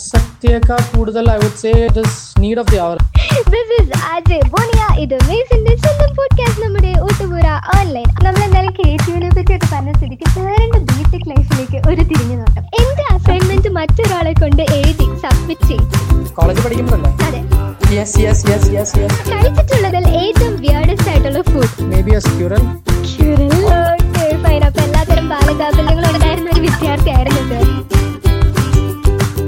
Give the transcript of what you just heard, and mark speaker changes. Speaker 1: പ്രസക്തിയേക്കാൾ കൂടുതൽ I would say it is need of the hour
Speaker 2: this is Ajay ബോണിയ ഇത് മേസിന്റെ സ്വന്തം പോഡ്കാസ്റ്റ് നമ്മുടെ ഒട്ടുപുര ഓൺലൈൻ നമ്മൾ എന്തായാലും ക്രിയേറ്റീവിനെ പറ്റി ഒക്കെ പറഞ്ഞ സ്ഥിതിക്ക് സാറിന്റെ ബേസിക് ലൈഫിലേക്ക് ഒരു തിരിഞ്ഞു നോട്ടം എന്റെ അസൈൻമെന്റ് മറ്റൊരാളെ കൊണ്ട് എഴുതി സബ്മിറ്റ് ചെയ്തു
Speaker 1: കോളേജ് പഠിക്കുമ്പോഴല്ലേ
Speaker 2: അതെ
Speaker 1: yes yes yes yes yes
Speaker 2: കഴിച്ചിട്ടുള്ളതിൽ ഏറ്റവും വിയേർഡസ്റ്റ് ആയിട്ടുള്ള food
Speaker 1: maybe a squirrel
Speaker 2: എല്ലാത്തരം ബാലകാബല്യങ്ങളും ഉണ്ടായിരുന്ന ഒരു വിദ്യാർത്ഥിയായിരുന്നു ഇത്